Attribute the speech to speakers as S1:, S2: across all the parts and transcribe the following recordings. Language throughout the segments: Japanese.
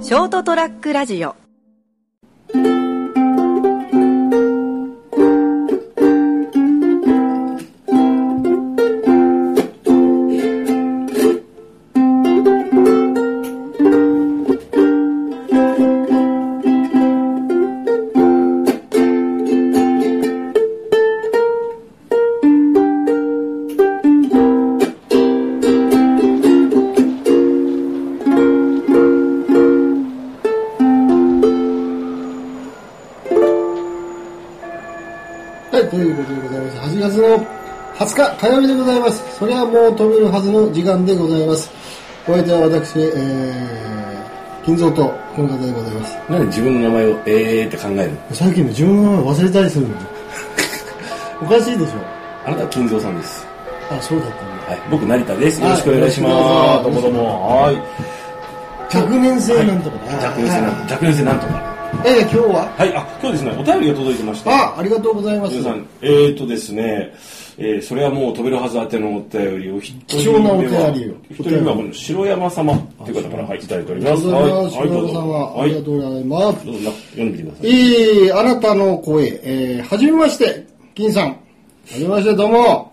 S1: ショートトラックラジオ
S2: はい、ということでございます。8月の20日火曜日でございます。それはもう飛べるはずの時間でございます。お相手は私、えー、金蔵とこの方でございます。
S3: なんで自分の名前をえーって考えるの
S2: 最近の自分の名前忘れたりするの おかしいでしょ。
S3: あなたは金蔵さんです。
S2: あ、そうだったんだ。
S3: はい。僕、成田です。
S2: はい
S3: よろしくお願いし
S2: よ
S3: ま
S2: ろ
S3: す。
S2: しくお願いします
S3: はい。
S2: 若年性なんとかだ。
S3: 若年性なんとか。若年性なんとか。
S2: えー、今日は
S3: はい。あ、今日ですね、お便りが届いてまして。
S2: あ、ありがとうございます。
S3: 皆さん、えーとですね、えーそれはもう飛べるはず宛てのお便りを一人目
S2: 貴重な
S3: は
S2: お便りを
S3: 一人目はこの白山様という方から、はい、いただいており
S2: あ
S3: ま
S2: り
S3: す。
S2: が
S3: はい。
S2: とうございます。
S3: はい、
S2: 白
S3: どう
S2: 田さん
S3: ぞ。
S2: は、
S3: は
S2: あ
S3: い
S2: りが。とうございます。
S3: どうぞ、な読んでみてください。
S2: いい、あなたの声、えー、はじめまして、金さん。はじめまして、どうも。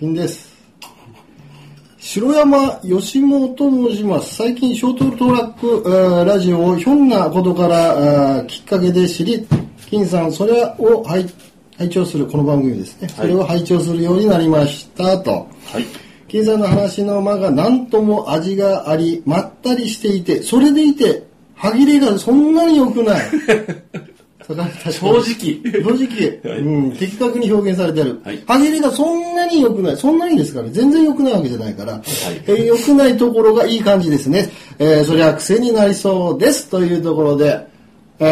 S2: 金です。城山吉本と申します。最近、ショートトラック、えーラジオをひょんなことから、あーきっかけで知り、金さん、それを拝拝聴する、この番組ですね。それを拝聴するようになりました、と。
S3: はい。
S2: 金さんの話の間が何とも味があり、まったりしていて、それでいて、歯切れがそんなに良く ない。正直。
S3: 正直。
S2: 正直、
S3: はい
S2: うん、的確に表現されてる。
S3: はい
S2: 歯切れがそんなに良くない。そんなにですから、全然良くないわけじゃないから、えー良くないところがいい感じですね。えーそれは癖になりそうです。というところで、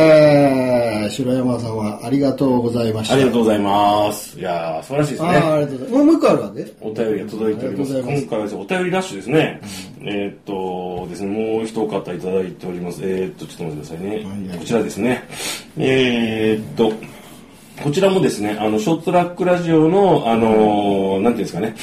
S2: えー、白山さんはありがとうございました。
S3: ありがとうございます。いやー、素晴らしいです
S2: あーあ
S3: ね。
S2: りがとうございます。もうもう一個あるわけ
S3: お便りが届いております。
S2: ありがとうございます
S3: 今回はですねお便りラッシュですね。えーっとですね、もう一方いただいております。えーっと、ちょっとお待ちくださいね。
S2: はいはい
S3: こちらですね。えーっと、こちらもですね、あの、ショートトラックラジオの、あのーなんていうんですかね、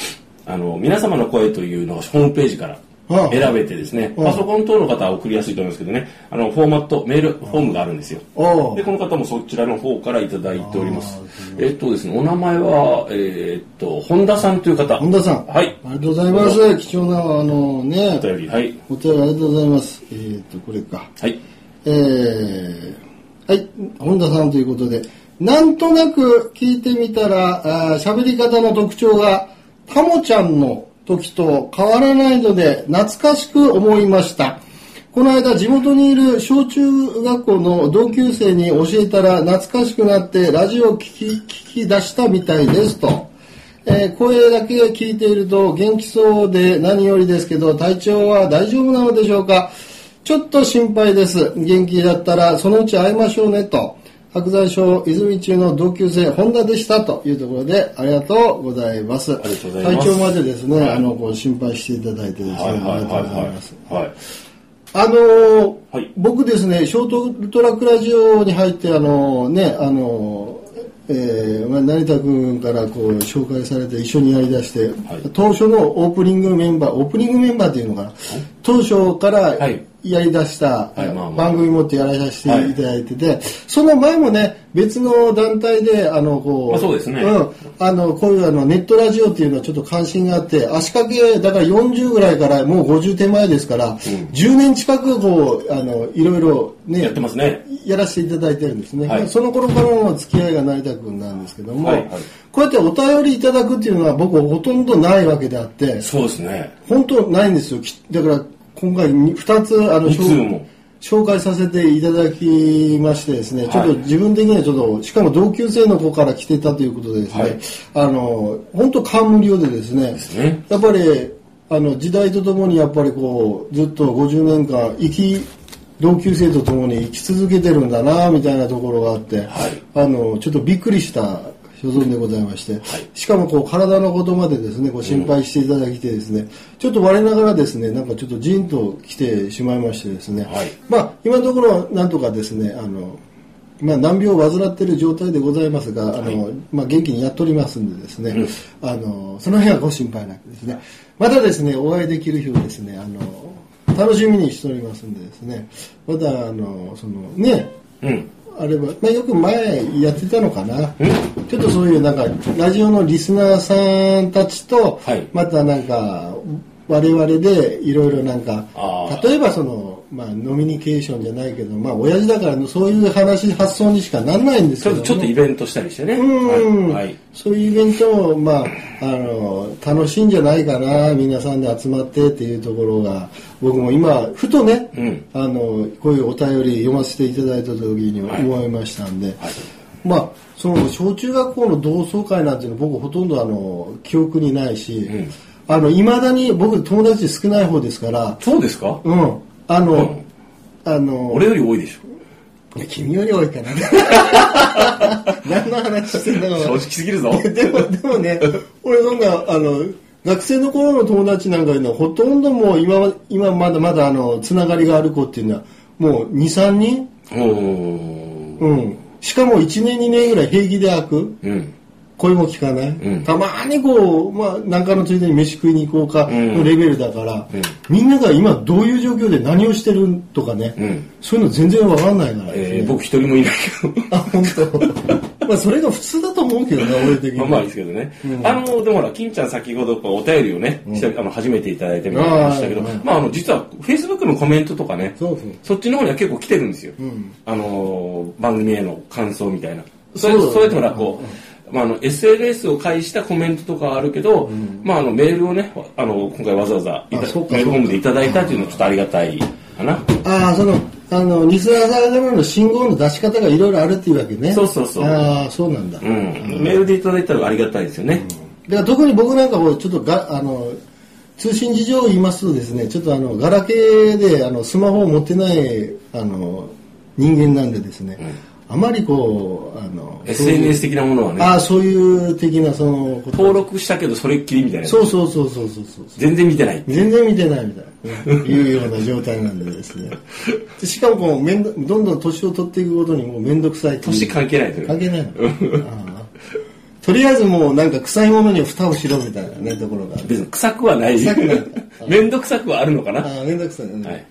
S3: あの、皆様の声というのがホームページから。
S2: ああ
S3: 選べてですね、
S2: ああ
S3: パソコン等の方は送りやすいと思いますけどね、あの、フォーマット、メール、フォームがあるんですよ。
S2: お
S3: で
S2: う
S3: この方もそちらの方からいただいております。えっとですね、お名前は、えーっと、本田さんという方。
S2: 本田さん。
S3: はい
S2: ありがとうございます。貴重な、あのね
S3: お、便り、はい。
S2: お便りありがとうございます。えっ、と、これか。
S3: はい。
S2: えー、はい、本田さんということで、なんとなく聞いてみたら、あー喋り方の特徴が、タモちゃんの時と変わらないので、懐かしく思いました。この間、地元にいる小中学校の同級生に教えたら、懐かしくなって、ラジオを聞き聞き出したみたいですと。えー声だけ聞いていると元気そうで何よりですけど体調は大丈夫なのでしょうかちょっと心配です元気だったらそのうち会いましょうねと白山省泉中の同級生本田でしたというところでありがとうございます
S3: りがとうございま
S2: 体
S3: す
S2: 調までですね、あのこう心配していただいてですね、
S3: はいは
S2: あ
S3: いは
S2: りが
S3: い
S2: とうございます
S3: はい。はい。
S2: あのー
S3: はい
S2: 僕ですね、ショートトラックラジオに入って、あのーね、あのーえーまあ、成田君からこう紹介されて一緒にやりだして、
S3: い
S2: 当初のオープニングメンバー、オープニングメンバーっていうのかな、当初から
S3: はい
S2: やりだした、
S3: はいまあまあ
S2: 番組もってやらさせていただいてて、その前もね、別の団体で、あの、こう、
S3: まあそうですね
S2: んあのこういうあのネットラジオっていうのはちょっと関心があって足掛けだから40ぐらいからもう50手前ですから、10年近くこうあのいろいろね
S3: やってますね。
S2: やらせていただいてるんですね、
S3: はい
S2: その頃からの付き合いが成田君なんですけども、
S3: はいはい
S2: こうやってお便りいただくっていうのは僕ほとんどないわけであって
S3: そうですね。
S2: 本当ないんですよきだから今回に2つあの
S3: いつも。
S2: 紹介させていただきましてですね、ちょっと
S3: はい
S2: 自分的にはちょっと、しかも同級生の子から来てたということでですね、
S3: はい
S2: あの、本当感無量でですね、
S3: すね
S2: やっぱり、あの、時代とともにやっぱりこう、ずっと50年間生き、同級生とともに生き続けてるんだなみたいなところがあって、
S3: はい
S2: あの、ちょっとびっくりした所存でございまして、しかもこう体のことまでですね、ご心配していただきてですね、ちょっと我ながらですね、なんかちょっとジーンと来てしまいましてですね、
S3: はい
S2: まあ今のところはなんとかですね、あの、まあ難病を患っている状態でございますが、あの、まあ元気にやっておりますんでですね、あの、その辺はご心配なくですね、またですね、お会いできる日をですね、あの、楽しみにしておりますんでですねまたあのそのね
S3: うん。
S2: あれば、まあ、よく前やってたのかな
S3: う
S2: ちょっとそういうなんかラジオのリスナーさんたちと、
S3: はい
S2: またなんか我々でいろいろなんか
S3: あー
S2: 例えばその、まあ、ノミニケーションじゃないけどまあ親父だからのそういう話発想にしかならないんです
S3: ち
S2: け
S3: ょっ
S2: ど、ね、
S3: とちょっとイベントしたりしてね。
S2: うん、
S3: はい。はい
S2: そういうイベントも、まあ、あの楽しいんじゃないかな皆さんで集まってっていうところが僕も今ふとね、
S3: うん
S2: あのこういうお便り読ませていただいた時に思いましたんで、まあその小中学校の同窓会なんていうの僕ほとんどあの記憶にないし、
S3: ん
S2: あの未だに僕友達少ない方ですから、
S3: そうですか
S2: うん、あの、
S3: うん
S2: あの
S3: 俺より多いでしょ。
S2: いや君より多いか な何の話してんだろう
S3: 正直すぎる ぞ。
S2: でも、でもね、俺なんか、あの、学生の頃の友達なんかいうのは、ほとんどもう今は、今まだまだ、あの、つながりがある子っていうのは、もう2、3人
S3: うん。
S2: うん。しかも1年、2年ぐらい平気で開く。
S3: うん。
S2: 声も聞かない、
S3: うん
S2: たまにこう、まあ、なんかのついでに飯食いに行こうか
S3: うん
S2: のレベルだから、
S3: うん
S2: みんなが今どういう状況で何をしてるとかね、
S3: うん
S2: そういうの全然わかんないからですね
S3: えー僕一人もいないけど。
S2: あ、本当。ま あ、それが普通だと思うけどね、俺的に。
S3: まあまあいいですけどね。あの、でもほら、金ちゃん先ほどお便りをね、したあの初めていただいてみたいな話したけど
S2: あーはいは、い
S3: まああの、実は Facebook のコメントとかね、
S2: そうそう。
S3: そっちの方には結構来てるんですよ。
S2: ん
S3: あのー番組への感想みたいな。そ
S2: そうう
S3: やってそうやってほらこう、まあ、あの SNS を介したコメントとかはあるけど、まあ、あのメールをねあの今回わざわざいた
S2: あ
S3: メ
S2: そうか
S3: ールフォームでいただいたっていうのはちょっとありがたいかな。
S2: ああ、その、あの、リスナーさんからの信号の出し方がいろいろあるっていうわけね。
S3: そうそうそう
S2: ああ、そうなんだ。
S3: うん、メールでいただいたらありがたいですよね。
S2: だから特に僕なんかもちょっとが、あの、通信事情を言いますとですね、ちょっとあの、ガラケーで、あの、スマホを持ってない、あの、人間なんでですね、あまりこう、あの、
S3: SNS 的なものはね
S2: ああ、そういう的な、その、こと
S3: 登録したけどそれっきりみたいな
S2: そうそうそうそうそうそう。
S3: 全然見てない
S2: 全然見てないみたいな、いうような状態なんでですね。でしかもこうめんど、どんどん年を取っていくごとにもう面倒くさいっていう
S3: 年関係ないという
S2: 関係ないのああとりあえずもうなんか臭いものに蓋をしろみたいなね、ところがある。
S3: 別に臭くはない
S2: 臭くない
S3: 面倒くさくはあるのかな、
S2: ああ、めんどくさいね。
S3: はい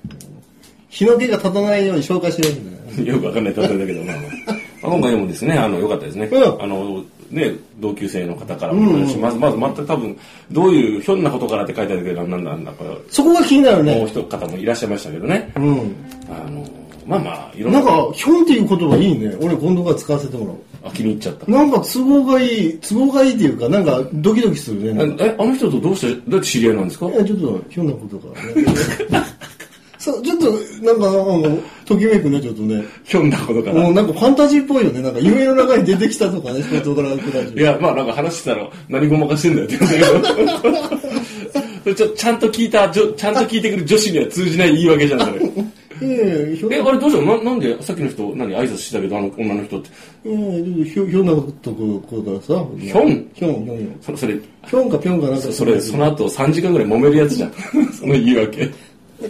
S2: 日の気が立たないように消化しろみたいな。
S3: よくわかんない例えだけど、まあまあ、まあ今回もですね、あの、良かったですね。
S2: うん
S3: あの、ね、同級生の方からもそうだしまず、まず、全く多分、どういう、ひょんなことからって書いてあるけど、なんだ、なんだ、これ、
S2: そこが気になる
S3: もう
S2: ね。
S3: 一方もいらっしゃいましたけどね。
S2: うん。
S3: あの、まあまあ、いろん
S2: な、
S3: なん
S2: か、ひょんっていう言葉いいね。俺今度から使わせてもらおう。
S3: あ気に入っちゃった。
S2: なんか都合がいい、都合がいいっていうか、なんかドキドキするね。なんか
S3: え、あの人とどうして、どうやって知り合いなんですか
S2: いやちょっとひょんなことからね。 そう、ちょっと、なんか、あの、ときめくね、ちょっとね。
S3: ひょんなことから。
S2: もうなんかファンタジーっぽいよね。なんか夢の中に出てきたとかね、仕事からくら
S3: いや、まあなんか話してたら、何ごまかしてんだよって言うんだけど。 ちょちゃんと聞いた、ちょちゃんと聞いてくる女子には通じない言い訳じゃん、それ。
S2: ええ、ひょ、
S3: え、あれどうしたのななんで、さっきの人、何挨拶したけど、あの女の人って。
S2: ええひょ、ひょんなことこれからさ。
S3: ひょん
S2: ひょん、ひょん、ひょん。
S3: そそれ、
S2: ひょんかぴょんかなんか。
S3: それ、その後3時間ぐらい揉めるやつじゃん。 その言い訳。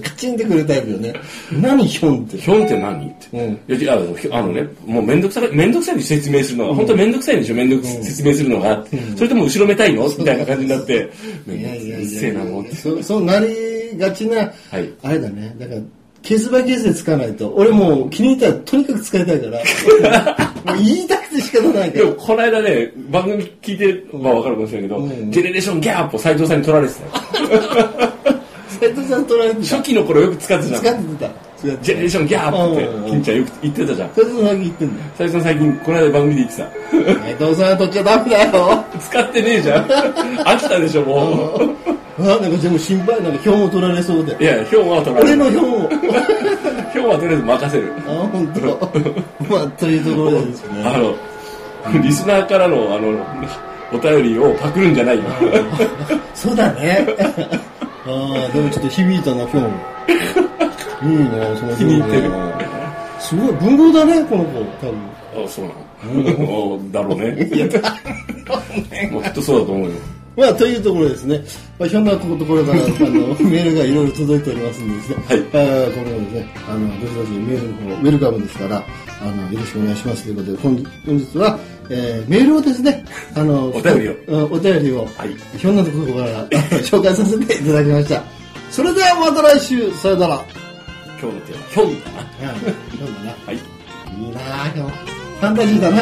S2: カチンってくるタイプよね。 何ひょんって。
S3: ひょんって何って。いや違うあのね、もうめんどくさい、めんどくさいに説明するのが、本当はめんどくさいんでしょ、めんどく説明するのが。それとも後ろめたいのみたいな感じになって、めんどくさい、うっせえな、もうって。
S2: そう、そうなりがちな、
S3: はい
S2: あれだね。だから、ケースバイケースで使わないと。俺もう気に入ったらとにかく使いたい から。もう言いたくて仕方ないか
S3: で
S2: ら
S3: も、。この間ね、番組聞いて、まあわかるかもしれないけど、
S2: うん
S3: ジェネレーションギャップを斎藤さんに取られてたよ。
S2: 斉藤さん取られてた。
S3: 初期の頃よく使ってた
S2: 使
S3: じゃ
S2: っ
S3: ん。
S2: てた。使ってた
S3: ジェネレーションギャップって、
S2: うん
S3: 金ちゃんよく言ってたじゃん。
S2: 斉藤さん言ってんだよ。
S3: 斎藤さん最近、この間番組で言ってた。
S2: 斉藤さん取っちゃダメだよ。
S3: 使ってねえじゃ ん。飽きたでしょ、もう。
S2: あ、なんかでも心配、なんか票も取られそうで
S3: い。や、ヒョンは取られ
S2: 俺の
S3: る。
S2: 票 も。
S3: ヒョンはとりあえず任せる。
S2: あ、本 当。まあ、というところでですね。
S3: あの、リスナーからの、あの、お便りをパクるんじゃないよ。
S2: そうだ ね。ああ、でもちょっと響いたな、今日 も。いいね、その
S3: 気に入ってる
S2: すごい、文豪だね、この子、多分。
S3: あ、そうなの。おだろうね。もうきっとそうだと思うよ。
S2: まあ、というところですね。まあ、ひょんなところ から、あの、メールがいろいろ届いておりますんでですね。
S3: はい
S2: えーこれもですね、あの、どしどしメールの方、ウェルカムですから、あの、よろしくお願いしますということで、本本日は、えーメールをですね、あの、
S3: お便りを
S2: うんお便りを、
S3: はい
S2: ひょんなところからあの紹介させていただきました。それではまた来週、さよなら。
S3: 今日のテーマ、ヒョンだな。
S2: うん、どうもな。
S3: はい。
S2: いいなあ今日。ファンタジーだな。